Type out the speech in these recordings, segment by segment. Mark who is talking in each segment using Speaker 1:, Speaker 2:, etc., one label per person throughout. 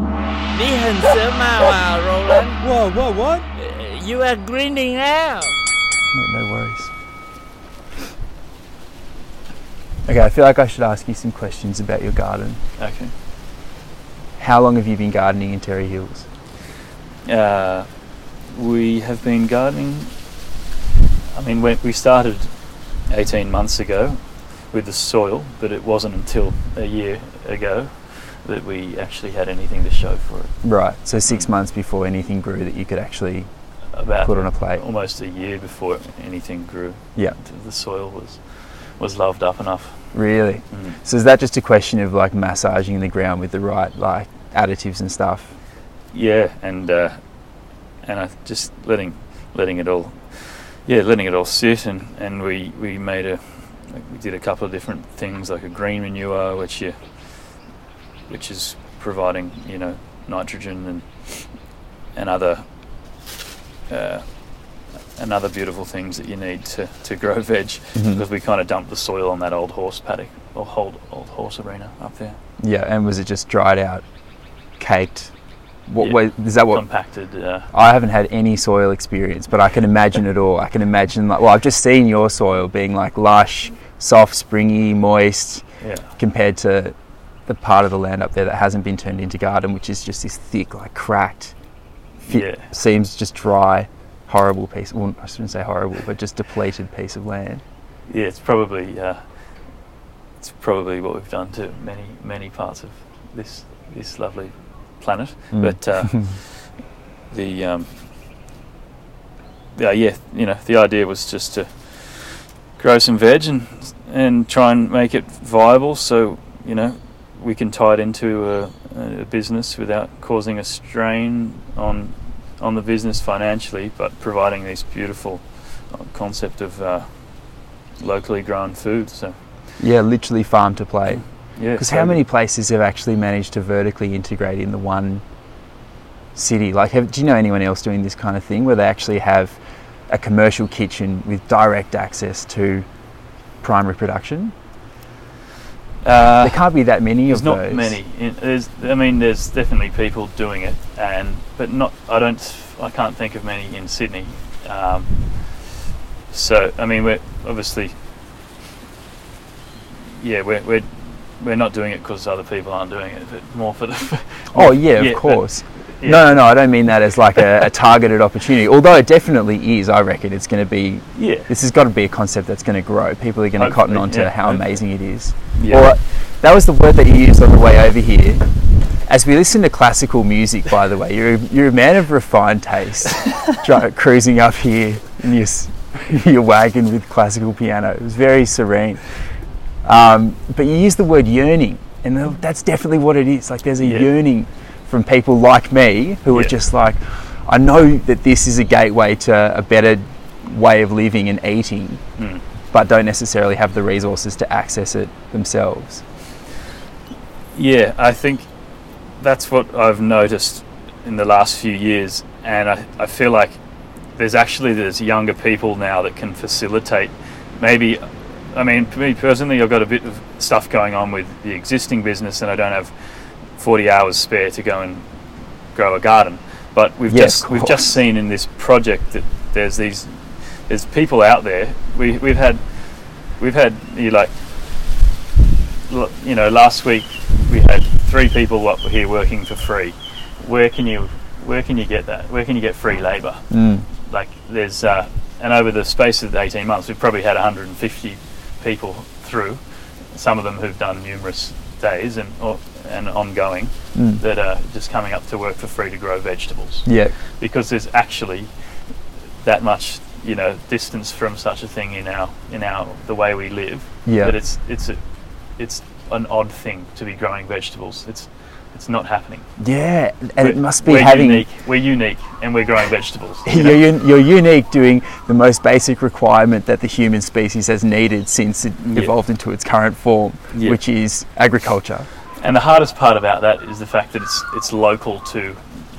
Speaker 1: 你很时髦啊，罗兰。
Speaker 2: Whoa, whoa, what?
Speaker 1: You are grinning now.
Speaker 2: Mate, no worries. Okay, I feel like I should ask you some questions about your garden.
Speaker 3: Okay.
Speaker 2: How long have you been gardening in Terry Hills?
Speaker 3: Uh, we have been gardening. I mean, when we started 18 months ago with the soil, but it wasn't until a year ago that we actually had anything to show for it.
Speaker 2: Right, so six months before anything grew that you could actually
Speaker 3: About
Speaker 2: put on a plate.
Speaker 3: almost a year before anything grew.
Speaker 2: Yeah.
Speaker 3: The soil was was loved up enough.
Speaker 2: Really?
Speaker 3: Mm.
Speaker 2: So is that just a question of like massaging the ground with the right like additives and stuff?
Speaker 3: Yeah, and uh, and I just letting letting it all, yeah, letting it all sit, and, and we we made a like we did a couple of different things like a green manure, which you which is providing you know nitrogen and and other uh, and other beautiful things that you need to, to grow veg because we kind of dumped the soil on that old horse paddock or old old horse arena up there,
Speaker 2: Yeah, and was it just dried out, caked? What
Speaker 3: Yeah.
Speaker 2: way is that what
Speaker 3: compacted. Uh,
Speaker 2: I haven't had any soil experience, but I can imagine it all. I can imagine like well, I've just seen your soil being like lush, soft, springy, moist
Speaker 3: yeah,
Speaker 2: compared to the part of the land up there that hasn't been turned into garden, which is just this thick, like cracked,
Speaker 3: yeah.
Speaker 2: seems just dry, horrible piece. Well, I shouldn't say horrible, but just depleted piece of land.
Speaker 3: Yeah, it's probably uh, it's probably what we've done to many many parts of this this lovely planet.
Speaker 2: Mm.
Speaker 3: But uh, the um, uh, yeah, yeah, you know, the idea was just to grow some veg and and try and make it viable, so you know we can tie it into a, a business without causing a strain on on the business financially, but providing these beautiful uh, concept of uh, locally grown food. So
Speaker 2: Yeah, literally farm to plate.
Speaker 3: yeah,
Speaker 2: Because
Speaker 3: so-
Speaker 2: how many places have actually managed to vertically integrate in the one city? Like, have, do you know anyone else doing this kind of thing where they actually have a commercial kitchen with direct access to primary production?
Speaker 3: Uh,
Speaker 2: there can't be that many
Speaker 3: there's
Speaker 2: of
Speaker 3: not
Speaker 2: uh, those.
Speaker 3: many. It- There's, I mean, there's definitely people doing it, and but not. I don't. I can't think of many in Sydney. Um, so I mean, we're obviously. Yeah, we're we're we're not doing it because other people aren't doing it, but more for the.
Speaker 2: Oh yeah,
Speaker 3: Yeah,
Speaker 2: of
Speaker 3: but-
Speaker 2: course.
Speaker 3: yeah.
Speaker 2: No, no, no. I don't mean that as like a, a targeted opportunity. Although it definitely is. I reckon it's going to be.
Speaker 3: Yeah.
Speaker 2: This has got to be a concept that's going to grow. People are going to cotton
Speaker 3: Hopefully,
Speaker 2: on to
Speaker 3: yeah,
Speaker 2: how
Speaker 3: hopefully.
Speaker 2: amazing it is.
Speaker 3: Yeah.
Speaker 2: Or, that was the word that you used on the way over here. As we listen to classical music, by the way, you're a, you're a man of refined taste, dri- cruising up here in your, s- your wagon with classical piano. It was very serene. Um, but you use the word yearning, and tha- that's definitely what it is. Like there's a
Speaker 3: Yeah.
Speaker 2: yearning from people like me who are
Speaker 3: Yeah.
Speaker 2: just like, I know that this is a gateway to a better way of living and eating,
Speaker 3: Mm.
Speaker 2: but don't necessarily have the resources to access it themselves.
Speaker 3: Yeah, I think that's what I've noticed in the last few years, and I, I feel like there's actually there's younger people now that can facilitate. Maybe, I mean, for me personally, I've got a bit of stuff going on with the existing business, and I don't have 40 hours spare to go and grow a garden. But we've
Speaker 2: Yeah,
Speaker 3: just
Speaker 2: of
Speaker 3: we've
Speaker 2: course.
Speaker 3: just seen in this project that there's these there's people out there. We we've had we've had you know, like l- you know last week we had three people up here working for free. Where can you where can you get that? Where can you get free labour?
Speaker 2: Mm.
Speaker 3: Like there's uh, and over the space of 18 months we've probably had 150 people through. Some of them who've done numerous days and or, and ongoing
Speaker 2: Mm.
Speaker 3: that are just coming up to work for free to grow vegetables
Speaker 2: Yeah,
Speaker 3: because there's actually that much you know distance from such a thing in our in our the way we live
Speaker 2: Yeah.
Speaker 3: that it's it's a, it's an odd thing to be growing vegetables it's it's not happening
Speaker 2: yeah, and it
Speaker 3: We're-
Speaker 2: must be
Speaker 3: we're
Speaker 2: having.
Speaker 3: unique we're unique and we're growing vegetables you know?
Speaker 2: You're, un- you're unique doing the most basic requirement that the human species has needed since it
Speaker 3: Yeah.
Speaker 2: evolved into its current form,
Speaker 3: Yeah.
Speaker 2: which is agriculture.
Speaker 3: and the hardest part about that is the fact that it's it's local to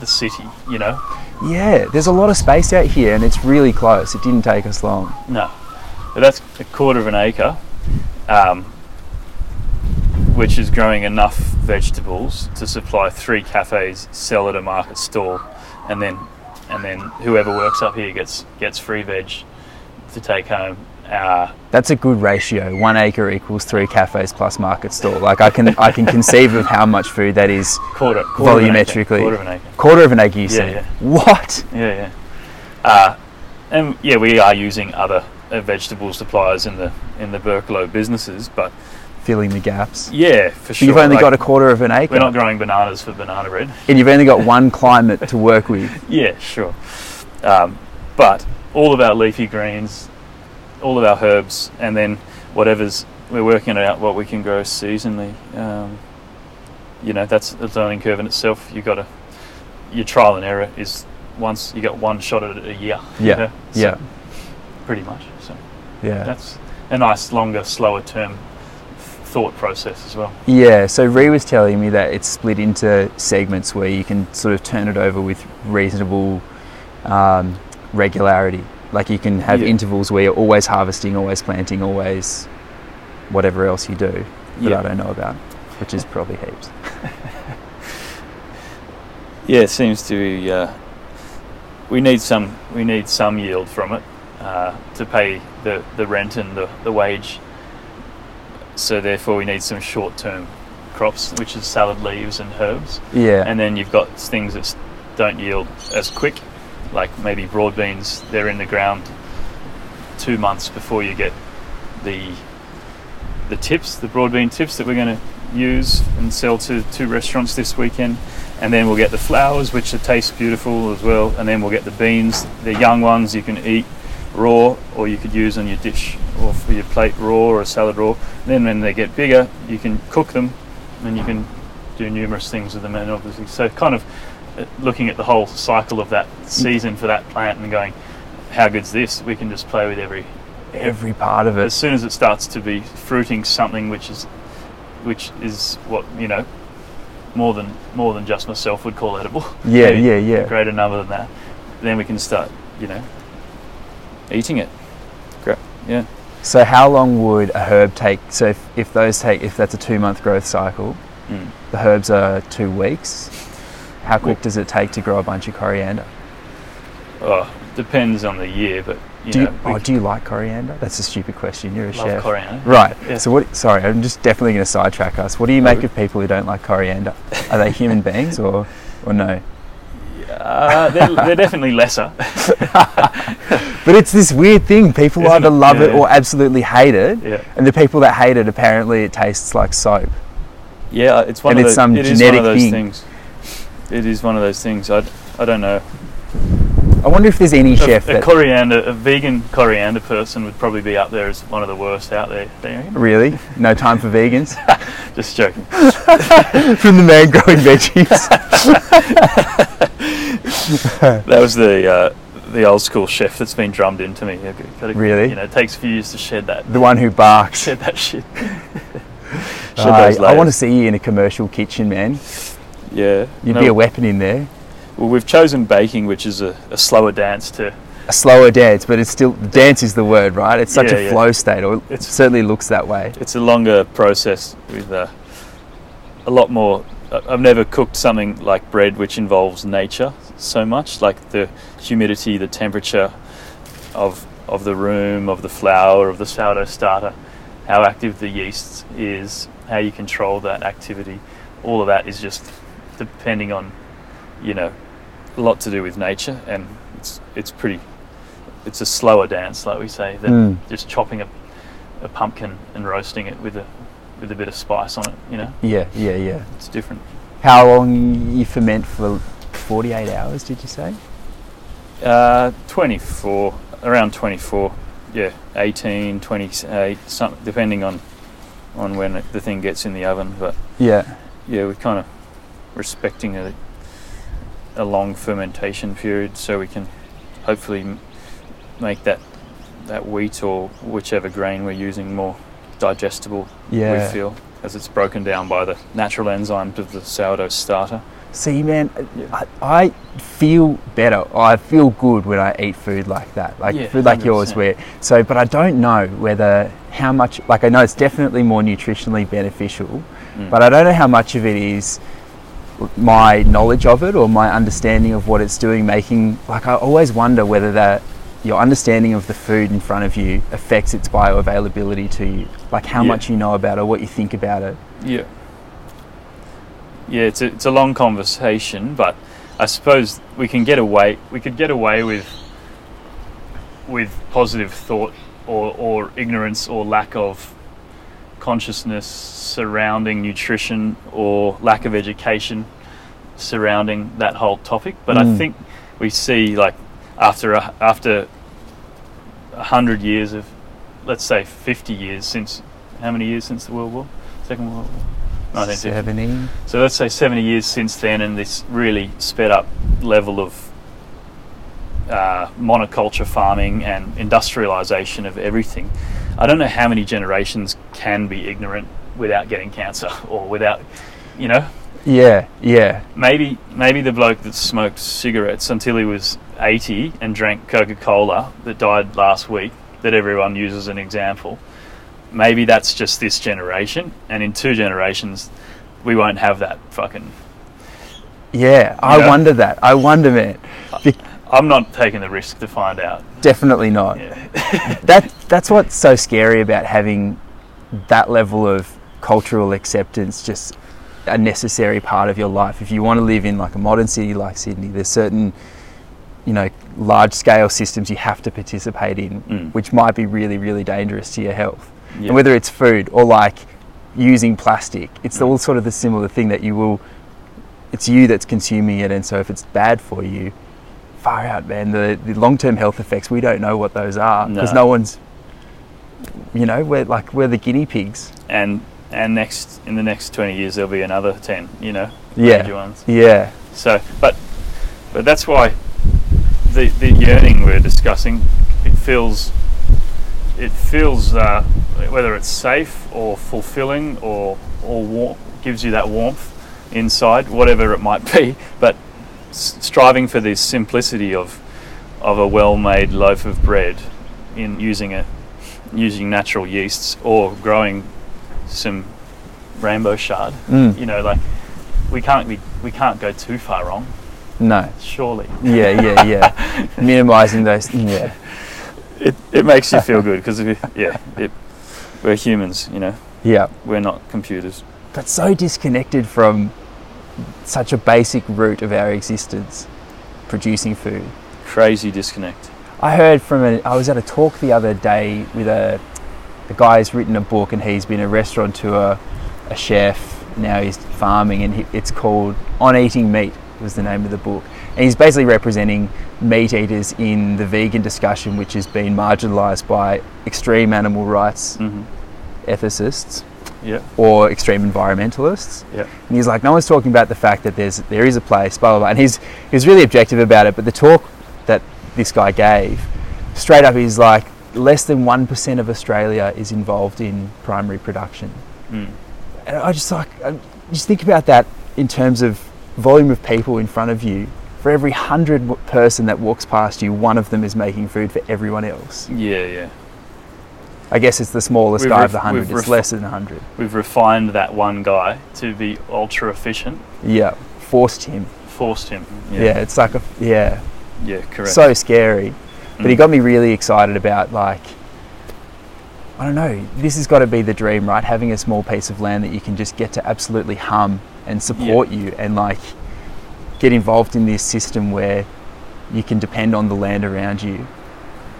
Speaker 3: the city you know
Speaker 2: Yeah, there's a lot of space out here and it's really close. It didn't take us long.
Speaker 3: No, but that's a quarter of an acre, um, where- which is growing enough vegetables to supply three cafes, sell at a market stall, and then and then whoever works up here gets gets free veg to take home. Uh,
Speaker 2: That's a good ratio. One acre equals three cafes plus market stall. Like I can I can conceive of how much food that is
Speaker 3: quarter, quarter
Speaker 2: volumetrically.
Speaker 3: Of an acre, quarter of an
Speaker 2: Quarter of an
Speaker 3: acre.
Speaker 2: acre, you
Speaker 3: Yeah,
Speaker 2: said.
Speaker 3: yeah.
Speaker 2: What?
Speaker 3: Yeah, yeah. Uh, and yeah, we are using other uh, vegetable suppliers in the in the Burklow businesses, but
Speaker 2: Filling the gaps.
Speaker 3: yeah, for
Speaker 2: So
Speaker 3: sure.
Speaker 2: you've only
Speaker 3: like,
Speaker 2: got a quarter of an acre,
Speaker 3: We're not growing bananas for banana bread.
Speaker 2: and you've only got one climate to work with.
Speaker 3: Yeah, sure. Um, but all of our leafy greens, all of our herbs, and then whatever's we're working out what we can grow seasonally. Um, you know, that's a learning curve in itself. You got to your trial and error is once you got one shot at it a year. you
Speaker 2: Yeah,
Speaker 3: know, so
Speaker 2: Yeah,
Speaker 3: pretty much. So
Speaker 2: yeah,
Speaker 3: that's a nice longer, slower term thought process as well.
Speaker 2: yeah. So Ree was telling me that it's split into segments where you can sort of turn it over with reasonable um, regularity. Like you can have
Speaker 3: Yeah.
Speaker 2: intervals where you're always harvesting, always planting, always whatever else you do that I don't know about, which is probably heaps.
Speaker 3: Yeah, it seems to be. Uh, we need some. We need some yield from it uh, to pay the, the rent and the, the wage. So therefore, we need some short term crops, which is salad leaves and herbs.
Speaker 2: Yeah,
Speaker 3: And then you've got things that s- don't yield as quick, like maybe broad beans. They're in the ground two months before you get the the tips, the broad bean tips that we're going to use and sell to two restaurants this weekend. And then we'll get the flowers, which taste beautiful as well. And then we'll get the beans, the young ones you can eat raw, or you could use on your dish or for your plate raw or a salad raw. Then when they get bigger, you can cook them, and you can do numerous things with them. And obviously, so kind of uh, looking at the whole cycle of that
Speaker 2: Mm.
Speaker 3: season for that plant and going, how good's this? We can just play with every
Speaker 2: every part of
Speaker 3: as
Speaker 2: it.
Speaker 3: soon as it starts to be fruiting something which is which is what you know more than more than just myself would call edible
Speaker 2: Yeah,
Speaker 3: maybe
Speaker 2: yeah, yeah.
Speaker 3: a greater number than that then we can start you know eating it great yeah
Speaker 2: So how long would a herb take? So if, if those take, if that's a two month growth cycle,
Speaker 3: Mm.
Speaker 2: the herbs are two weeks. How quick does it take to grow a bunch of coriander?
Speaker 3: oh, depends on the year but you
Speaker 2: do you,
Speaker 3: know we
Speaker 2: oh, do you like coriander? That's a stupid question. You're a
Speaker 3: love
Speaker 2: chef,
Speaker 3: coriander
Speaker 2: right?
Speaker 3: Yeah.
Speaker 2: So what? Sorry, I'm just definitely going to sidetrack us. What do you make
Speaker 3: Oh.
Speaker 2: of people who don't like coriander? Are they human beings or, or no?
Speaker 3: uh, they're, they're definitely lesser
Speaker 2: But it's this weird thing. People
Speaker 3: Isn't
Speaker 2: either
Speaker 3: it?
Speaker 2: love
Speaker 3: Yeah,
Speaker 2: it
Speaker 3: yeah.
Speaker 2: or absolutely hate it.
Speaker 3: yeah
Speaker 2: And the people that hate it, apparently, it tastes like soap.
Speaker 3: Yeah, uh, it's one
Speaker 2: And
Speaker 3: of
Speaker 2: it's
Speaker 3: those,
Speaker 2: some
Speaker 3: it is
Speaker 2: genetic
Speaker 3: one of those
Speaker 2: thing.
Speaker 3: things. It is one of those things. I, d- I don't know.
Speaker 2: I wonder if there's any
Speaker 3: A-
Speaker 2: chef
Speaker 3: a,
Speaker 2: that
Speaker 3: coriander, a vegan coriander person would probably be up there as one of the worst out there. don't you reckon?
Speaker 2: really no time for vegans
Speaker 3: Just joking.
Speaker 2: from the man growing veggies.
Speaker 3: That was the uh, the old school chef that's been drummed into me. I've got- gotta-
Speaker 2: Really?
Speaker 3: You know, it takes a few years to shed that
Speaker 2: the one who barks.
Speaker 3: shed that shit. shed
Speaker 2: Uh,
Speaker 3: those
Speaker 2: I want to
Speaker 3: layers.
Speaker 2: see you in a commercial kitchen, man.
Speaker 3: Yeah.
Speaker 2: You'd
Speaker 3: No,
Speaker 2: be a weapon in there.
Speaker 3: well, we've chosen baking, which is a, a slower dance to.
Speaker 2: a slower dance, but it's still dance is the word, right? It's such
Speaker 3: Yeah,
Speaker 2: a
Speaker 3: yeah.
Speaker 2: flow state, or it
Speaker 3: It's-
Speaker 2: certainly looks that way.
Speaker 3: It's a longer process with uh, a lot more. I- I've never cooked something like bread, which involves nature so much, like the humidity, the temperature of of the room, of the flour, of the sourdough starter, how active the yeast is, how you control that activity. All of that is just depending on, you know, a lot to do with nature, and it's it's pretty. It's a slower dance, like we say, than
Speaker 2: Mm.
Speaker 3: just chopping a, a pumpkin and roasting it with a with a bit of spice on it. You know,
Speaker 2: Yeah, yeah, yeah.
Speaker 3: it's different.
Speaker 2: How long you ferment for? Forty-eight hours, did you say?
Speaker 3: Uh, 24, around 24, yeah, 18, 28, some, depending on on when it, the thing gets in the oven. But
Speaker 2: Yeah,
Speaker 3: yeah, we're kind of respecting a, a long fermentation period so we can hopefully m- make that that wheat or whichever grain we're using more digestible.
Speaker 2: yeah.
Speaker 3: We feel as it's broken down by the natural enzymes of the sourdough starter.
Speaker 2: See, man,
Speaker 3: Yeah.
Speaker 2: I, I feel better. I feel good when I eat food like that, like
Speaker 3: Yeah,
Speaker 2: food like yours.
Speaker 3: 100%.
Speaker 2: Where so, but I don't know whether how much. Like I know it's definitely more nutritionally beneficial,
Speaker 3: Mm.
Speaker 2: but I don't know how much of it is my knowledge of it or my understanding of what it's doing making like I always wonder whether that your understanding of the food in front of you affects its bioavailability to you like how
Speaker 3: Yeah.
Speaker 2: much you know about it what you think about it
Speaker 3: Yeah. Yeah, it's a, it's a long conversation, but I suppose we can get away. We could get away with with positive thought or, or ignorance or lack of consciousness surrounding nutrition or lack of education surrounding that whole topic. But I
Speaker 2: Mm.
Speaker 3: think we see like after a, after a hundred years of let's say fifty years since how many years since the World War Second World War 1950.
Speaker 2: 70
Speaker 3: So let's say 70 years since then, and this really sped up level of uh, monoculture farming and industrialization of everything. I don't know how many generations can be ignorant without getting cancer or without, you know,
Speaker 2: yeah yeah
Speaker 3: maybe maybe the bloke that smoked cigarettes until he was 80 and drank Coca-Cola that died last week that everyone uses an example. Maybe that's just this generation, and in two generations, we won't have that fucking
Speaker 2: yeah I
Speaker 3: Yeah.
Speaker 2: wonder that I wonder man Be-
Speaker 3: I'm not taking the risk to find out.
Speaker 2: definitely not
Speaker 3: Yeah.
Speaker 2: that that's what's so scary about having that level of cultural acceptance just a necessary part of your life if you want to live in like a modern city like Sydney there's certain you know large scale systems you have to participate in
Speaker 3: Mm.
Speaker 2: which might be really really dangerous to your health
Speaker 3: Yeah.
Speaker 2: and whether it's food or like using plastic it's
Speaker 3: Mm.
Speaker 2: all sort of the similar thing that you will it's you that's consuming it and so if it's bad for you far out man the, the long-term health effects we don't know what those are because
Speaker 3: No.
Speaker 2: no one's you know we're like we're the guinea pigs
Speaker 3: and and next in the next 20 years there'll be another 10, you know,
Speaker 2: Yeah.
Speaker 3: major ones.
Speaker 2: yeah
Speaker 3: So, but but that's why the the yearning we're discussing it feels it feels uh, whether it's safe or fulfilling or or war- gives you that warmth inside, whatever it might be. But s- striving for the simplicity of of a well-made loaf of bread in using a using natural yeasts or growing some rainbow shard.
Speaker 2: Mm.
Speaker 3: You know, like we can't be, we can't go too far wrong,
Speaker 2: no
Speaker 3: surely.
Speaker 2: yeah yeah yeah minimizing those yeah
Speaker 3: It, it makes you feel good because yeah, it, we're humans, you know,
Speaker 2: yeah
Speaker 3: we're not computers.
Speaker 2: but so disconnected from such a basic root of our existence producing food
Speaker 3: Crazy disconnect.
Speaker 2: I heard from a, I was at a talk the other day with a, a guy who's written a book and he's been a restaurateur, a chef, now he's farming and he, it's called On Eating Meat was the name of the book. And he's basically representing meat eaters in the vegan discussion which has been marginalized by extreme animal rights
Speaker 3: hmm
Speaker 2: ethicists
Speaker 3: Yeah,
Speaker 2: or extreme environmentalists.
Speaker 3: yeah,
Speaker 2: And he's like, no one's talking about the fact that there's there is a place, blah blah blah. And he's he's really objective about it. But the talk that this guy gave, straight up, is like less than one percent of Australia is involved in primary production.
Speaker 3: mm.
Speaker 2: And I just like I just think about that in terms of volume of people in front of you. For every hundred w- person that walks past you, one of them is making food for everyone else.
Speaker 3: yeah, yeah.
Speaker 2: I guess it's the smallest
Speaker 3: We've
Speaker 2: guy
Speaker 3: ref-
Speaker 2: of the hundred.
Speaker 3: we've
Speaker 2: It's
Speaker 3: ref-
Speaker 2: less than hundred.
Speaker 3: We've refined that one guy to be ultra efficient,
Speaker 2: Yeah, forced him.
Speaker 3: forced him.
Speaker 2: Yeah, it's like a yeah,
Speaker 3: yeah, correct.
Speaker 2: so scary. But he
Speaker 3: Mm.
Speaker 2: got me really excited about like I don't know, this has got to be the dream, right? Having a small piece of land that you can just get to absolutely hum and support you and like get involved in this system where you can depend on the land around you.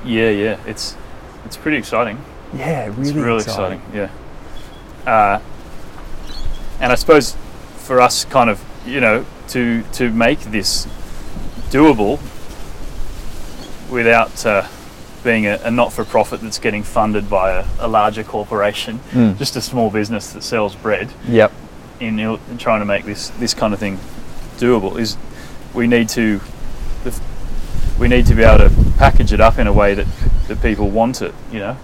Speaker 3: yeah, yeah. It's it's pretty exciting.
Speaker 2: Yeah, really,
Speaker 3: it's really exciting. Yeah. Uh, and I suppose for us, kind of, you know, to to make this doable without uh, being a, a not-for-profit that's getting funded by a, a larger corporation,
Speaker 2: Mm.
Speaker 3: just a small business that sells bread
Speaker 2: Yep.
Speaker 3: in, il- in trying to make this this kind of thing doable is we need to the f- we need to be able to package it up in a way that that people want it, you know.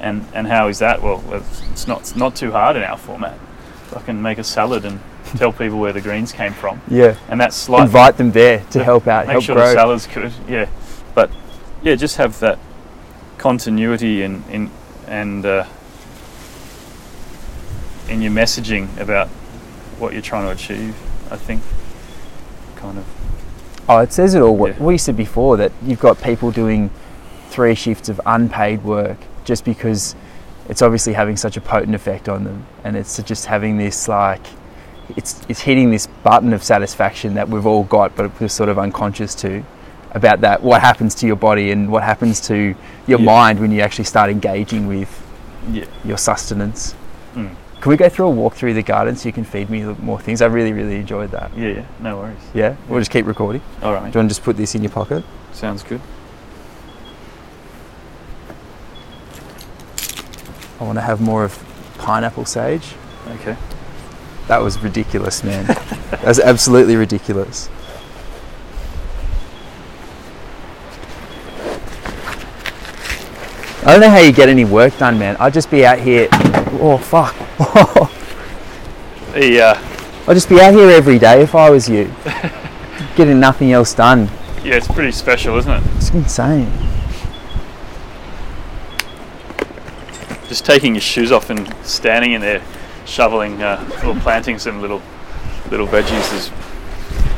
Speaker 3: And and how is that? Well, it's- it's not it's not too hard in our format. I can make a salad and tell people where the greens came from,
Speaker 2: Yeah.
Speaker 3: and that's slightly
Speaker 2: Invite them there to help out,
Speaker 3: make
Speaker 2: help
Speaker 3: sure
Speaker 2: grow.
Speaker 3: the salad's good. Yeah, but yeah, just have that continuity in in and uh, in your messaging about what you're trying to achieve. I think kind of
Speaker 2: Oh, it says it all. What
Speaker 3: Yeah.
Speaker 2: we said before that you've got people doing three shifts of unpaid work just because it's obviously having such a potent effect on them, and it's just having this like it's it's hitting this button of satisfaction that we've all got, but we're sort of unconscious to about that. What happens to your body and what happens to your
Speaker 3: Yeah.
Speaker 2: mind when you actually start engaging with
Speaker 3: yeah.
Speaker 2: your sustenance.
Speaker 3: Mm.
Speaker 2: Can we go through a walk through the garden so you can feed me more things? I really, really enjoyed that.
Speaker 3: Yeah, yeah, no worries.
Speaker 2: Yeah, we'll just keep recording.
Speaker 3: All right,
Speaker 2: Do you want to just put this in your pocket?
Speaker 3: mate. Sounds good.
Speaker 2: I want to have more of pineapple sage.
Speaker 3: Okay.
Speaker 2: That was ridiculous, man. that was absolutely ridiculous. I don't know how you get any work done, man. I'd just be out here. Oh fuck!
Speaker 3: The uh,
Speaker 2: I'd just be out here every day if I was you, getting nothing else done.
Speaker 3: yeah, it's pretty special, isn't it?
Speaker 2: It's insane.
Speaker 3: Just taking your shoes off and standing in there, shoveling uh, or planting some little little veggies is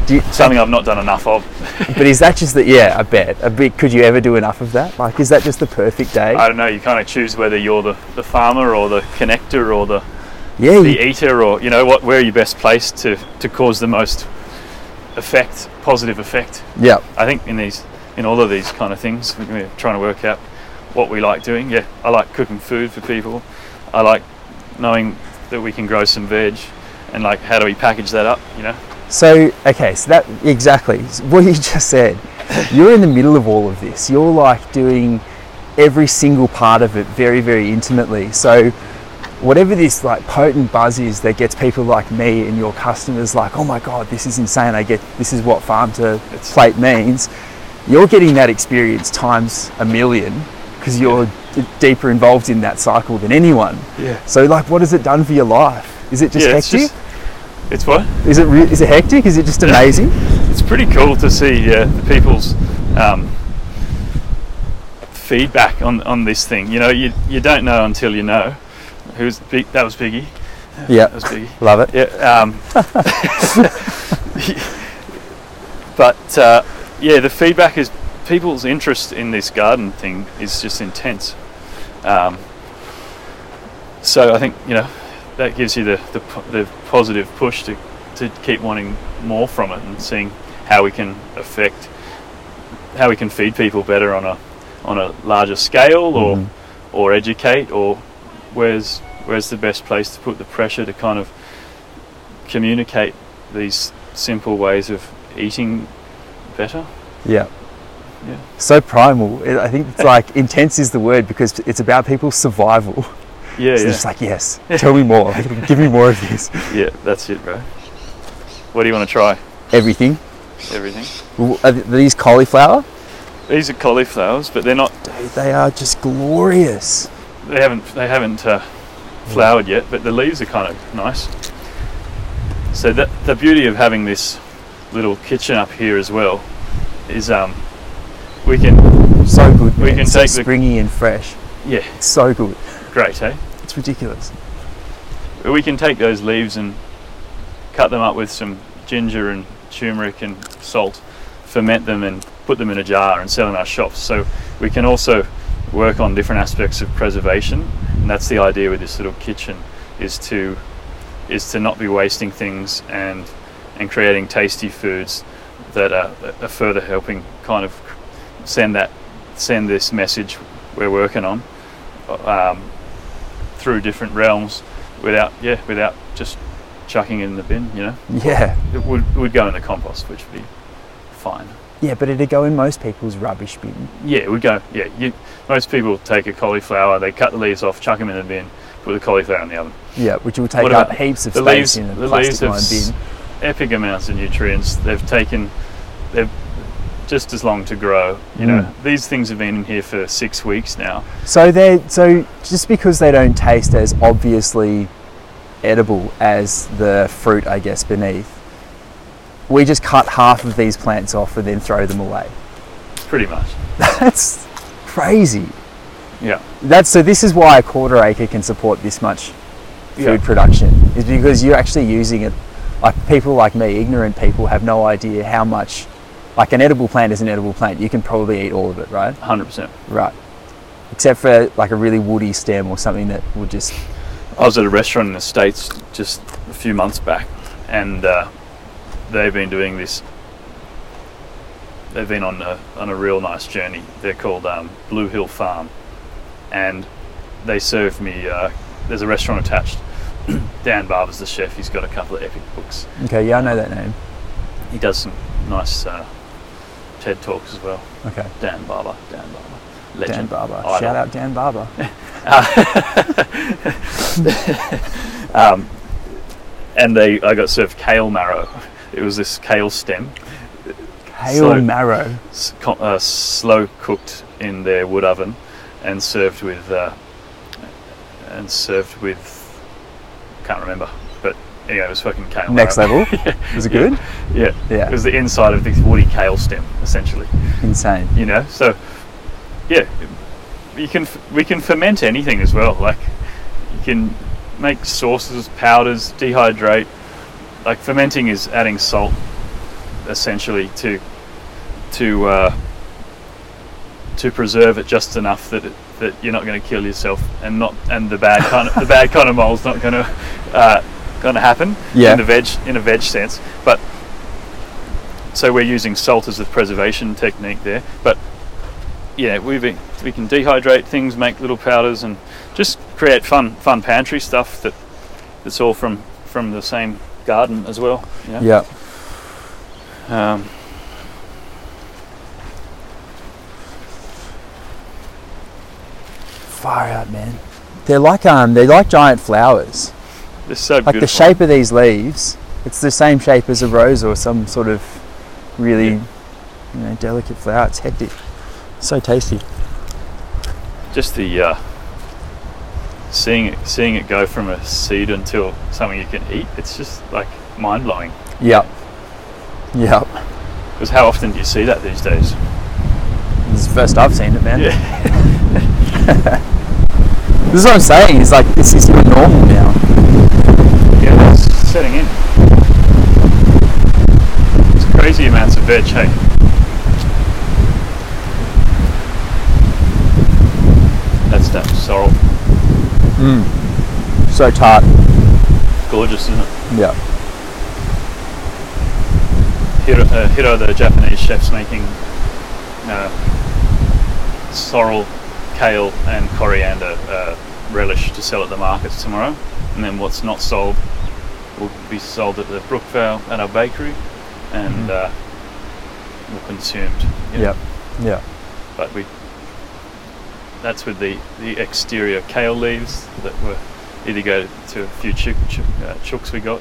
Speaker 2: Do you,
Speaker 3: something I've not done enough of.
Speaker 2: but is that just the? Yeah, I bet. A bit, could you ever do enough of that? Like, is that just the perfect day?
Speaker 3: I don't know. You kind of choose whether you're the, the farmer or the connector or the,
Speaker 2: yeah, you-
Speaker 3: the eater or you know what. Where are you best placed to to cause the most effect, positive effect?
Speaker 2: yeah.
Speaker 3: I think in these, in all of these kind of things, we're trying to work out what we like doing. Yeah, I like cooking food for people. I like knowing that we can grow some veg, and like how do we package that up? You know,
Speaker 2: So, okay, so that exactly s- what you just said. You're in the middle of all of this. You're like doing every single part of it very, very intimately. So, whatever this like potent buzz is that gets people like me and your customers like, oh my god, this is insane. I get this is what farm to
Speaker 3: It's-
Speaker 2: plate means. You're getting that experience times a million because you're d- deeper involved in that cycle than anyone.
Speaker 3: Yeah.
Speaker 2: So, like, what has it done for your life? Is it just
Speaker 3: yeah, it's
Speaker 2: hectic?
Speaker 3: just, it's what?
Speaker 2: is it re- is it hectic? Is it just amazing?
Speaker 3: It's pretty cool to see yeah, the people's um, feedback on, on this thing. You know, you, you don't know until you know. Who's big? That was Biggie.
Speaker 2: Yeah,
Speaker 3: That was Biggie.
Speaker 2: love it.
Speaker 3: Yeah. Um, but uh, yeah, the feedback is people's interest in this garden thing is just intense. Um, so I think you know that gives you the the, po- the positive push to to keep wanting more from it and seeing how we can affect how we can feed people better on a on a larger scale or
Speaker 2: Mhm.
Speaker 3: or educate or where's where's the best place to put the pressure to kind of communicate these simple ways of eating better.
Speaker 2: Yeah.
Speaker 3: Yeah.
Speaker 2: So primal. It- I think it's like intense is the word because it's about people's survival. so
Speaker 3: Yeah, yeah.
Speaker 2: it's just like, yes, tell me more. Like, give me more of this.
Speaker 3: yeah, that's it, bro. What do you want to try?
Speaker 2: Everything.
Speaker 3: Everything.
Speaker 2: W- Are th- these cauliflower?
Speaker 3: These are cauliflowers, but they're not.
Speaker 2: Dude, they are just glorious.
Speaker 3: They haven't. They haven't uh, flowered yet, but the leaves are kind of nice. So that the beauty of having this little kitchen up here as well is um, we can.
Speaker 2: So good.
Speaker 3: We
Speaker 2: man.
Speaker 3: can
Speaker 2: so
Speaker 3: take the-
Speaker 2: springy and fresh.
Speaker 3: Yeah,
Speaker 2: It's so good.
Speaker 3: great, eh?
Speaker 2: It's ridiculous.
Speaker 3: We can take those leaves and cut them up with some ginger and turmeric and salt, ferment them and put them in a jar and sell in our shops. So we can also work on different aspects of preservation, and that's the idea with this little kitchen is to is to not be wasting things and and creating tasty foods that are, are further helping kind of send that send this message we're working on um, through different realms without yeah without just chucking it in the bin you know
Speaker 2: Yeah.
Speaker 3: it would, it would go in the compost which would be fine
Speaker 2: Yeah, but it'd go in most people's rubbish bin.
Speaker 3: yeah it would go yeah you, most people take a cauliflower they cut the leaves off chuck them in the bin put the cauliflower in the oven
Speaker 2: Yeah, which will take
Speaker 3: What
Speaker 2: up
Speaker 3: about
Speaker 2: heaps of
Speaker 3: the
Speaker 2: space
Speaker 3: leaves
Speaker 2: in a
Speaker 3: the leaves
Speaker 2: plastic
Speaker 3: have
Speaker 2: lined
Speaker 3: s-
Speaker 2: bin.
Speaker 3: epic amounts of nutrients they've taken they've just as long to grow you know
Speaker 2: Mm.
Speaker 3: these things have been in here for six weeks now
Speaker 2: So they are so just because they don't taste as obviously edible as the fruit, I guess, beneath, we just cut half of these plants off and then throw them away.
Speaker 3: pretty much
Speaker 2: That's crazy.
Speaker 3: yeah
Speaker 2: That's so. This is why a quarter acre can support this much food
Speaker 3: Yeah.
Speaker 2: production is because you're actually using it. Like people like me, ignorant people, have no idea how much. Like an edible plant is an edible plant. You can probably eat all of it, right?
Speaker 3: hundred percent.
Speaker 2: Right. Except for like a really woody stem or something that will just.
Speaker 3: I was at a restaurant in the States just a few months back, and uh, they've been doing this. They've been on a, on a real nice journey. They're called um, Blue Hill Farm, and they serve me. Uh, there's a restaurant attached. Dan Barber's the chef. He's got a couple of epic books.
Speaker 2: Okay, yeah, I know that name.
Speaker 3: He does some nice uh, TED talks as well.
Speaker 2: Okay,
Speaker 3: Dan Barber. Dan Barber.
Speaker 2: Dan
Speaker 3: Legend.
Speaker 2: Barber.
Speaker 3: Idol.
Speaker 2: Shout out Dan Barber.
Speaker 3: um, and they I got served kale marrow. It was this kale stem,
Speaker 2: Kale
Speaker 3: So-
Speaker 2: marrow.
Speaker 3: s- co- uh, slow cooked in their wood oven, and served with uh, and served with can't remember, but anyway, it was fucking kale.
Speaker 2: Next
Speaker 3: marrow.
Speaker 2: level. Is it good?
Speaker 3: yeah,
Speaker 2: Yeah.
Speaker 3: it was the inside of this woody kale stem essentially.
Speaker 2: Insane.
Speaker 3: You know, so yeah, you can f- we can ferment anything as well. Like you can make sauces, powders, dehydrate. Like fermenting is adding salt, essentially to to uh, to preserve it just enough that it, that you're not going to kill yourself, and not and the bad kind of, the bad kind of mold's not going to uh, going to happen
Speaker 2: Yeah.
Speaker 3: in the veg in a veg sense. But so we're using salt as a preservation technique there, but yeah, we we can dehydrate things, make little powders, and just create fun fun pantry stuff that that's all from from the same garden as well. Yeah.
Speaker 2: Yeah.
Speaker 3: Um,
Speaker 2: Far out, man. They're like um, they're like giant flowers.
Speaker 3: it's so
Speaker 2: Like
Speaker 3: beautiful.
Speaker 2: the shape of these leaves, it's the same shape as a rose or some sort of really,
Speaker 3: Yeah.
Speaker 2: you know, delicate flower. It's hectic. So tasty.
Speaker 3: just the uh, seeing it seeing it go from a seed until something you can eat. It's just like mind blowing.
Speaker 2: Yep. Yep.
Speaker 3: Because how often do you see that these days?
Speaker 2: This is the first I've seen it, man.
Speaker 3: Yeah,
Speaker 2: This is what I'm saying. It's like this is your normal now.
Speaker 3: yeah, it's setting in. It's crazy amounts of veg. Hey, that's that sorrel.
Speaker 2: So tart.
Speaker 3: Gorgeous, isn't it?
Speaker 2: Yeah.
Speaker 3: Hiro, uh, Hiro the Japanese chef's making uh, sorrel, kale, and coriander uh, relish to sell at the markets tomorrow. And then what's not sold will be sold at the Brookvale at our bakery and uh, will consumed. you know.
Speaker 2: Yep. Yeah.
Speaker 3: But we that's with the, the exterior kale leaves that were either go to a few chook, chook, uh, chooks we got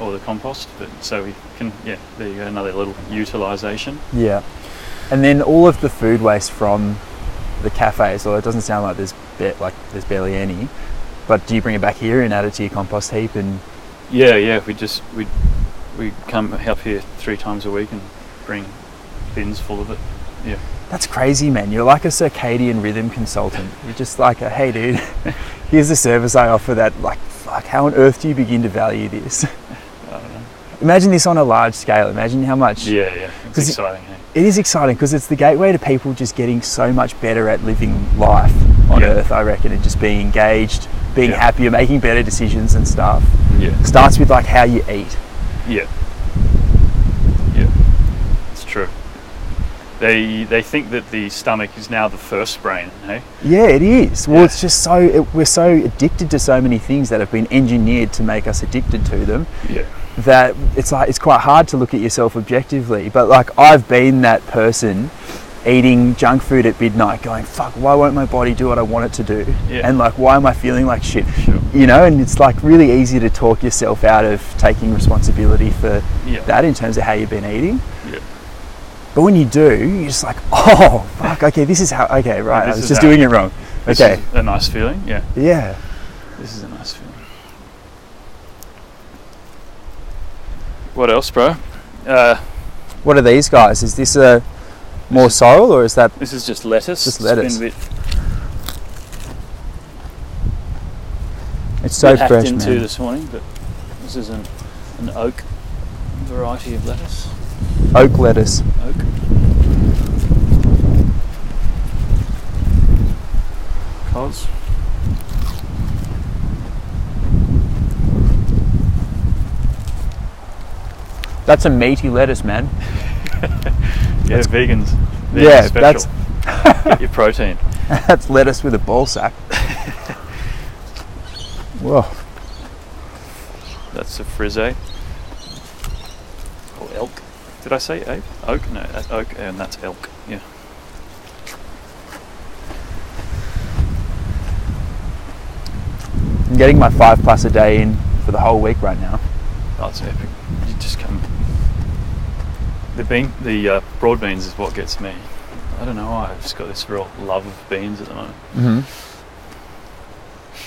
Speaker 3: or the compost. But so we can yeah, there you go another little utilisation.
Speaker 2: Yeah. And then all of the food waste from the cafes, although it doesn't sound like there's ba- like there's barely any, but do you bring it back here and add it to your compost heap and
Speaker 3: Yeah, yeah. We just we we come up here three times a week and bring bins full of it. Yeah,
Speaker 2: That's crazy, man. You're like a circadian rhythm consultant. You're just like, a, hey, dude, here's the service I offer that, like, fuck, how on earth do you begin to value this?
Speaker 3: I don't know.
Speaker 2: Imagine this on a large scale. Imagine how much
Speaker 3: Yeah, yeah. It's
Speaker 2: 'Cause it-
Speaker 3: exciting. eh? Hey?
Speaker 2: it is exciting because it's the gateway to people just getting so much better at living life on
Speaker 3: Yeah.
Speaker 2: earth, I reckon, and just being engaged, being
Speaker 3: Yeah.
Speaker 2: happier, making better decisions and stuff.
Speaker 3: Yeah,
Speaker 2: Starts with like how you eat.
Speaker 3: yeah, yeah. It's true. They they think that the stomach is now the first brain. Hey,
Speaker 2: Yeah, it is. Well,
Speaker 3: Yeah.
Speaker 2: it's just so, it, we're so addicted to so many things that have been engineered to make us addicted to them.
Speaker 3: yeah,
Speaker 2: that it's like it's quite hard to look at yourself objectively. But like I've been that person eating junk food at midnight, going, fuck, why won't my body do what I want it to do?
Speaker 3: Yeah.
Speaker 2: And like why am I feeling like shit?
Speaker 3: Sure.
Speaker 2: You know, and it's like really easy to talk yourself out of taking responsibility for
Speaker 3: yeah,
Speaker 2: that in terms of how you've been eating.
Speaker 3: yeah.
Speaker 2: But when you do, you're just like, oh fuck, okay, this is how okay, right. I
Speaker 3: This
Speaker 2: was
Speaker 3: is
Speaker 2: just
Speaker 3: how-
Speaker 2: doing it wrong.
Speaker 3: This
Speaker 2: okay.
Speaker 3: is a nice feeling. Yeah,
Speaker 2: yeah.
Speaker 3: this is a nice feeling. What else, bro? Uh,
Speaker 2: What are these guys? Is this a more sorrel or is that
Speaker 3: This is just lettuce.
Speaker 2: Just
Speaker 3: It's been a
Speaker 2: lettuce.
Speaker 3: bit-
Speaker 2: and so
Speaker 3: bit
Speaker 2: fresh,
Speaker 3: Acton
Speaker 2: man.
Speaker 3: too this morning, but this is an, an oak variety of lettuce.
Speaker 2: Oak lettuce.
Speaker 3: Oak. Cos.
Speaker 2: That's a meaty lettuce, man.
Speaker 3: Yeah, vegans. They're
Speaker 2: yeah,
Speaker 3: special. Get your protein.
Speaker 2: that's that's lettuce with a ball sack. Whoa.
Speaker 3: That's a frise. Or elk. Did I say ape? Oak? No, that's oak, and that's elk. Yeah.
Speaker 2: I'm getting my five plus a day in for the whole week right now.
Speaker 3: That's epic. You just come. The bean, the uh, broad beans is what gets me. I don't know why. I've just got this real love of beans at the moment.
Speaker 2: hmm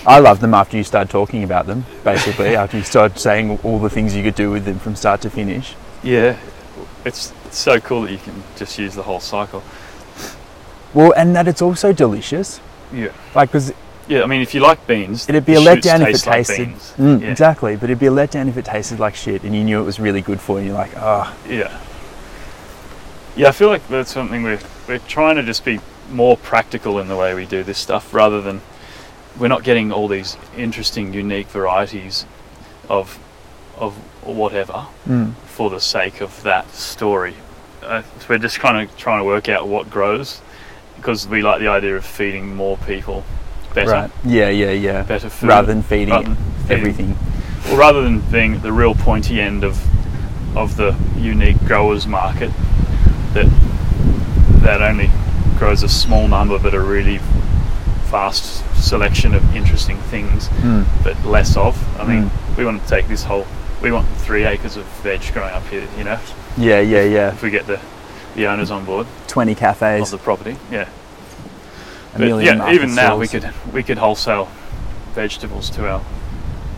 Speaker 2: I love them after you start talking about them, basically, after you start saying all the things you could do with them from start to finish.
Speaker 3: Yeah, it's, it's so cool that you can just use the whole cycle.
Speaker 2: Well, and that it's also delicious.
Speaker 3: Yeah.
Speaker 2: Like, because
Speaker 3: Yeah, I mean, if you like beans,
Speaker 2: it'd be
Speaker 3: the
Speaker 2: a
Speaker 3: shoots
Speaker 2: letdown if it
Speaker 3: taste like
Speaker 2: tasted.
Speaker 3: beans.
Speaker 2: Mm,
Speaker 3: yeah.
Speaker 2: Exactly, but it'd be a letdown if it tasted like shit and you knew it was really good for you. You're like, oh,
Speaker 3: Yeah. Yeah, I feel like that's something we're we're trying to just be more practical in the way we do this stuff rather than we're not getting all these interesting unique varieties of of whatever
Speaker 2: mm,
Speaker 3: for the sake of that story. Uh, so we're just kind of trying to work out what grows because we like the idea of feeding more people better
Speaker 2: right. Yeah, yeah, yeah.
Speaker 3: better food
Speaker 2: Rather than feeding
Speaker 3: rather than feeding-
Speaker 2: everything.
Speaker 3: well, rather than being the real pointy end of of the unique growers market that that only grows a small number but a really vast selection of interesting things
Speaker 2: Mm.
Speaker 3: but less of i mean
Speaker 2: Mm.
Speaker 3: we want to take this whole we want three acres of veg growing up here you know
Speaker 2: Yeah, yeah, yeah.
Speaker 3: if we get the the owners on board
Speaker 2: 20
Speaker 3: of
Speaker 2: cafes,
Speaker 3: the property yeah
Speaker 2: a
Speaker 3: but
Speaker 2: million
Speaker 3: yeah,
Speaker 2: market
Speaker 3: even now we
Speaker 2: stalls.
Speaker 3: could we could wholesale vegetables to our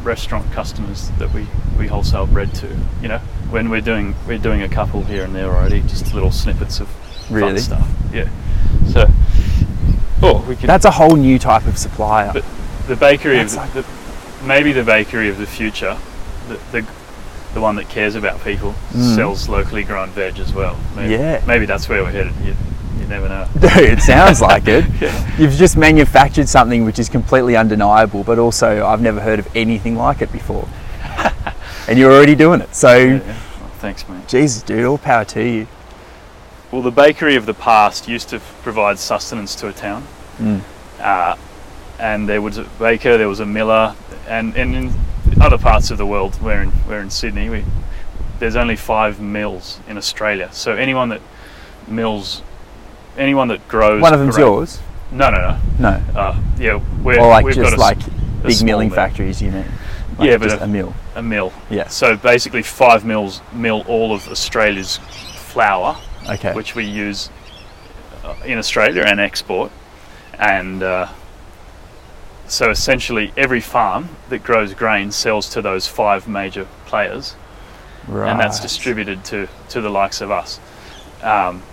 Speaker 3: restaurant customers that we, we wholesale bread to. You know, when we're doing we're doing a couple here and there already, just little snippets of
Speaker 2: Really?
Speaker 3: fun stuff. Yeah. So, oh, we could.
Speaker 2: That's a whole new type of supplier.
Speaker 3: but the bakery of
Speaker 2: That's
Speaker 3: the,
Speaker 2: like-
Speaker 3: the, maybe the bakery of the future, the the, the one that cares about people
Speaker 2: Mm.
Speaker 3: sells locally grown veg as well. Maybe,
Speaker 2: Yeah.
Speaker 3: Maybe that's where we're headed. You, you never know.
Speaker 2: Dude, it sounds like it.
Speaker 3: Yeah.
Speaker 2: You've just manufactured something which is completely undeniable, but also I've never heard of anything like it before. and you're already doing it. So,
Speaker 3: Yeah, yeah. Well, thanks, mate.
Speaker 2: Jesus, dude, all power to you.
Speaker 3: Well, the bakery of the past used to provide sustenance to a town,
Speaker 2: Mm.
Speaker 3: uh, and there was a baker, there was a miller, and, and in other parts of the world, we're in, we're in Sydney, we, there's only five mills in Australia. So anyone that mills, anyone that grows.
Speaker 2: One of them's
Speaker 3: grain-
Speaker 2: yours?
Speaker 3: No, no,
Speaker 2: No.
Speaker 3: no. Uh, yeah, we're,
Speaker 2: or like
Speaker 3: we've
Speaker 2: just
Speaker 3: got a,
Speaker 2: like
Speaker 3: s- a
Speaker 2: big
Speaker 3: small
Speaker 2: milling
Speaker 3: mill.
Speaker 2: factories, you mean? Like
Speaker 3: Yeah, but
Speaker 2: just
Speaker 3: a-
Speaker 2: a mill.
Speaker 3: a mill.
Speaker 2: Yeah.
Speaker 3: So basically, five mills mill all of Australia's flour
Speaker 2: Okay.
Speaker 3: which we use uh, in Australia and export. And uh, so essentially, every farm that grows grain sells to those five major players,
Speaker 2: right.
Speaker 3: and that's distributed to, to the likes of us. Um,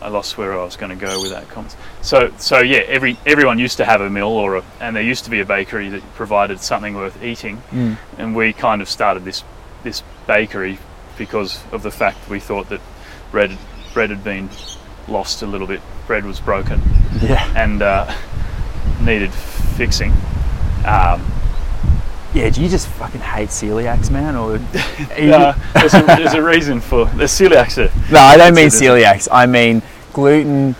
Speaker 3: I lost where I was going to go with that comment. So, so yeah, every everyone used to have a mill, or a, and there used to be a bakery that provided something worth eating
Speaker 2: Mm.
Speaker 3: and we kind of started this this bakery because of the fact we thought that bread bread had been lost a little bit, bread was broken
Speaker 2: Yeah.
Speaker 3: and uh, needed fixing. Um,
Speaker 2: Yeah, do you just fucking hate celiacs, man? Or
Speaker 3: uh, there's, a, there's a reason for the celiacs. Are,
Speaker 2: No, I don't mean
Speaker 3: It's a
Speaker 2: celiacs. I mean gluten,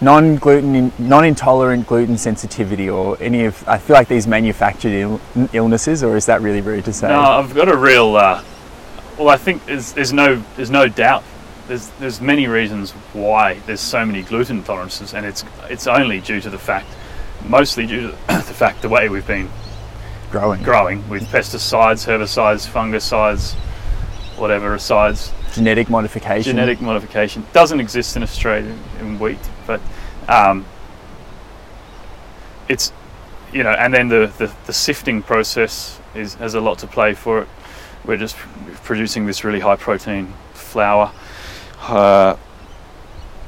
Speaker 2: non-gluten, non-intolerant gluten sensitivity, or any of. I feel like these manufactured Ill- illnesses, or is that really rude to say?
Speaker 3: no, I've got a real. Uh, well, I think there's, there's no there's no doubt. There's there's many reasons why there's so many gluten tolerances, and it's it's only due to the fact, mostly due to the fact the way we've been
Speaker 2: Growing.
Speaker 3: growing with pesticides, herbicides, fungicides, whatever asides.
Speaker 2: Genetic modification.
Speaker 3: Genetic modification doesn't exist in Australia in wheat, but um, it's you know, and then the, the, the sifting process is has a lot to play for it. We're just producing this really high protein flour, uh,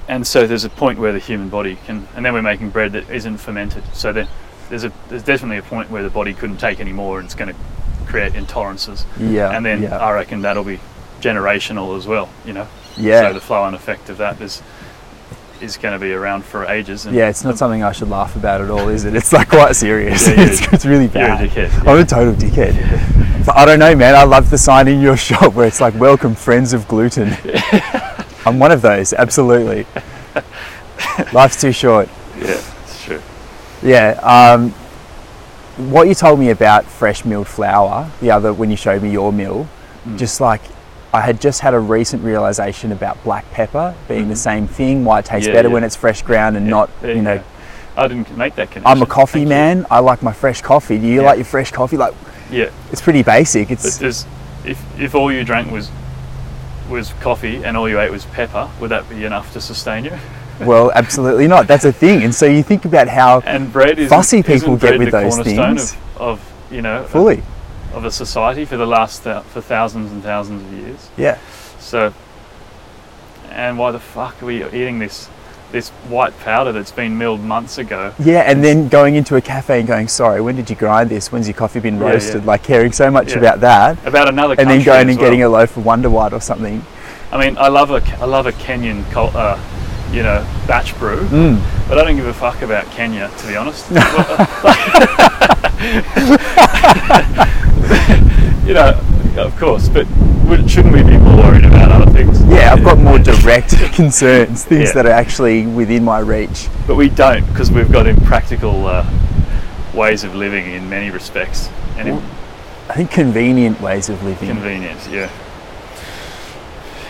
Speaker 3: and so there's a point where the human body can, and then we're making bread that isn't fermented. So then there's a there's definitely a point where the body couldn't take any more, and it's going to create intolerances.
Speaker 2: Yeah,
Speaker 3: and then
Speaker 2: yeah.
Speaker 3: I reckon that'll be generational as well. You know,
Speaker 2: Yeah.
Speaker 3: So the flow and effect of that is is going to be around for ages. And
Speaker 2: Yeah, it's not something I should laugh about at all, is it? It's like quite serious.
Speaker 3: Yeah, you're-
Speaker 2: it's, it's really
Speaker 3: you're a
Speaker 2: bad.
Speaker 3: dickhead,
Speaker 2: I'm
Speaker 3: yeah.
Speaker 2: a total dickhead. But I don't know, man. I love the sign in your shop where it's like, "Welcome, friends of gluten." I'm one of those, absolutely. Life's too short.
Speaker 3: yeah, it's true.
Speaker 2: Yeah. Um, what you told me about fresh milled flour the other when you showed me your mill,
Speaker 3: Mm.
Speaker 2: just like I had just had a recent realization about black pepper being the same thing. Why it tastes
Speaker 3: Mm-hmm. Yeah,
Speaker 2: better
Speaker 3: yeah.
Speaker 2: when it's fresh ground and
Speaker 3: Yeah,
Speaker 2: not,
Speaker 3: there
Speaker 2: you know.
Speaker 3: go. I didn't make that connection.
Speaker 2: I'm a coffee
Speaker 3: Thank you.
Speaker 2: man. I like my fresh coffee. Do you
Speaker 3: Yeah.
Speaker 2: like your fresh coffee? Like
Speaker 3: Yeah,
Speaker 2: it's pretty basic.
Speaker 3: but
Speaker 2: It's
Speaker 3: there's, if if all you drank was was coffee and all you ate was pepper, would that be enough to sustain you?
Speaker 2: well, absolutely not. That's a thing. And so you think about how
Speaker 3: And bread is
Speaker 2: Fussy people get with
Speaker 3: the
Speaker 2: those
Speaker 3: cornerstone
Speaker 2: things.
Speaker 3: of, of you know of-
Speaker 2: fully,
Speaker 3: of a society for the last thou- for thousands and thousands of years.
Speaker 2: yeah,
Speaker 3: So, and why the fuck are we eating this this white powder that's been milled months ago?
Speaker 2: yeah. And then going into a cafe and going, sorry, when did you grind this? When's your coffee been
Speaker 3: Yeah, yeah.
Speaker 2: roasted? Like caring so much
Speaker 3: Yeah.
Speaker 2: about that,
Speaker 3: About another
Speaker 2: and then
Speaker 3: country
Speaker 2: going
Speaker 3: as
Speaker 2: and getting
Speaker 3: well.
Speaker 2: a loaf of Wonder White or something.
Speaker 3: I mean, I love a I love a Kenyan col- uh, you know batch brew,
Speaker 2: Mm.
Speaker 3: but I don't give a fuck about Kenya to be honest. you know, of course, but would- shouldn't we be more worried about other things?
Speaker 2: Yeah, I've got more direct concerns, things
Speaker 3: Yeah.
Speaker 2: that are actually within my reach.
Speaker 3: but we don't because we've got impractical uh, ways of living in many respects and
Speaker 2: Well, I think convenient ways of living.
Speaker 3: inconvenience. Yeah,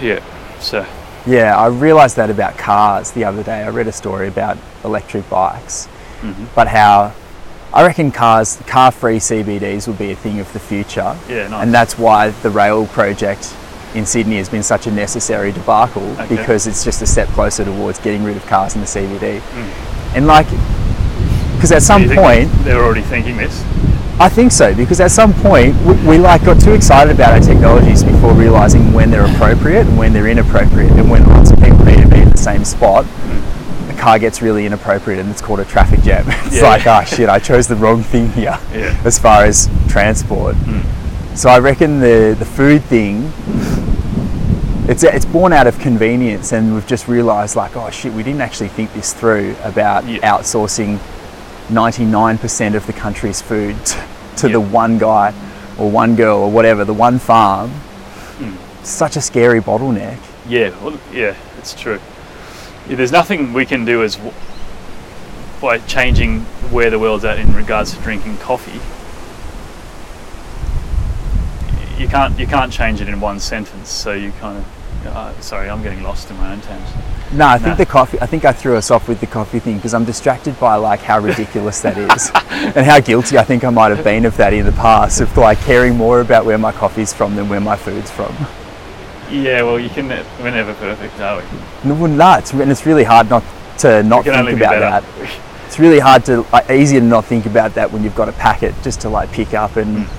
Speaker 3: yeah. So
Speaker 2: Yeah, I realised that about cars the other day. I read a story about electric bikes,
Speaker 3: Mm-hmm.
Speaker 2: but how I reckon cars, car-free CBDs will be a thing of the future.
Speaker 3: Yeah, nice.
Speaker 2: and that's why the rail project in Sydney has been such a necessary debacle
Speaker 3: Okay.
Speaker 2: because it's just a step closer towards getting rid of cars in the CBD. And like, because at
Speaker 3: Mm. do
Speaker 2: some
Speaker 3: you think
Speaker 2: point,
Speaker 3: they're already thinking this.
Speaker 2: I think so because at some point we, we like got too excited about our technologies before realizing when they're appropriate and when they're inappropriate and when lots of people need to be in the same spot. A car gets really inappropriate and it's called a traffic jam. It's
Speaker 3: Mm. Yeah.
Speaker 2: like, ah, shit, I chose the wrong thing here
Speaker 3: Yeah. Mm.
Speaker 2: as far as transport. So I reckon the, the food thing, it's, uh, it's born out of convenience and we've just realized like, oh shit, we didn't actually think this through about
Speaker 3: Yeah.
Speaker 2: outsourcing 99% of the country's food t- to the
Speaker 3: Yep.
Speaker 2: one guy or one girl or whatever, the one farm. Such a scary bottleneck.
Speaker 3: Yeah, well, yeah, it's true. Yeah, there's nothing we can do as w- by changing where the world's at in regards to drinking coffee. You can't you can't change it in one sentence. So you kind of uh, sorry, I'm getting lost in my own tangent.
Speaker 2: No, I think
Speaker 3: No.
Speaker 2: the coffee. I think I threw us off with the coffee thing because I'm distracted by like how ridiculous that is, and how guilty I think I might have been of that in the past of like caring more about where my coffee's from than where my food's from.
Speaker 3: Yeah, well, you can. ne- We're never perfect, are we?
Speaker 2: No, well, no, it's, and it's really hard not to not
Speaker 3: We can
Speaker 2: think
Speaker 3: only be
Speaker 2: about that.
Speaker 3: better.
Speaker 2: It's really hard to like, easier to not think about that when you've got a packet just to like pick up and
Speaker 3: Hmm.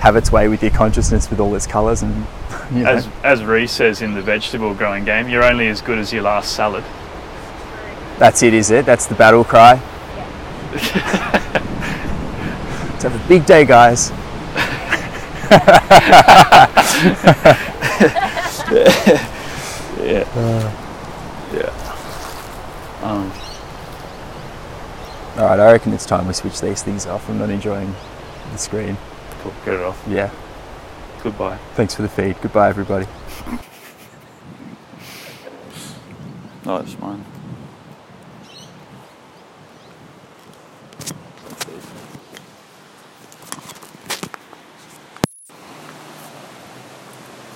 Speaker 2: have its way with your consciousness with all its colours and you know.
Speaker 3: As as Ree says in the vegetable growing game, you're only as good as your last salad.
Speaker 2: That's it, is it? That's the battle cry. Let's have a big day, guys.
Speaker 3: Yeah. yeah. Um,
Speaker 2: Oh, All right, I reckon it's time we switch these things off. I'm not enjoying the screen.
Speaker 3: cool. Get it off.
Speaker 2: Yeah.
Speaker 3: Goodbye.
Speaker 2: Thanks for the feed. Goodbye, everybody.
Speaker 3: Oh, it's mine.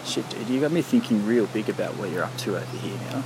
Speaker 2: Shit, dude, you got me thinking real big about what you're up to over here now.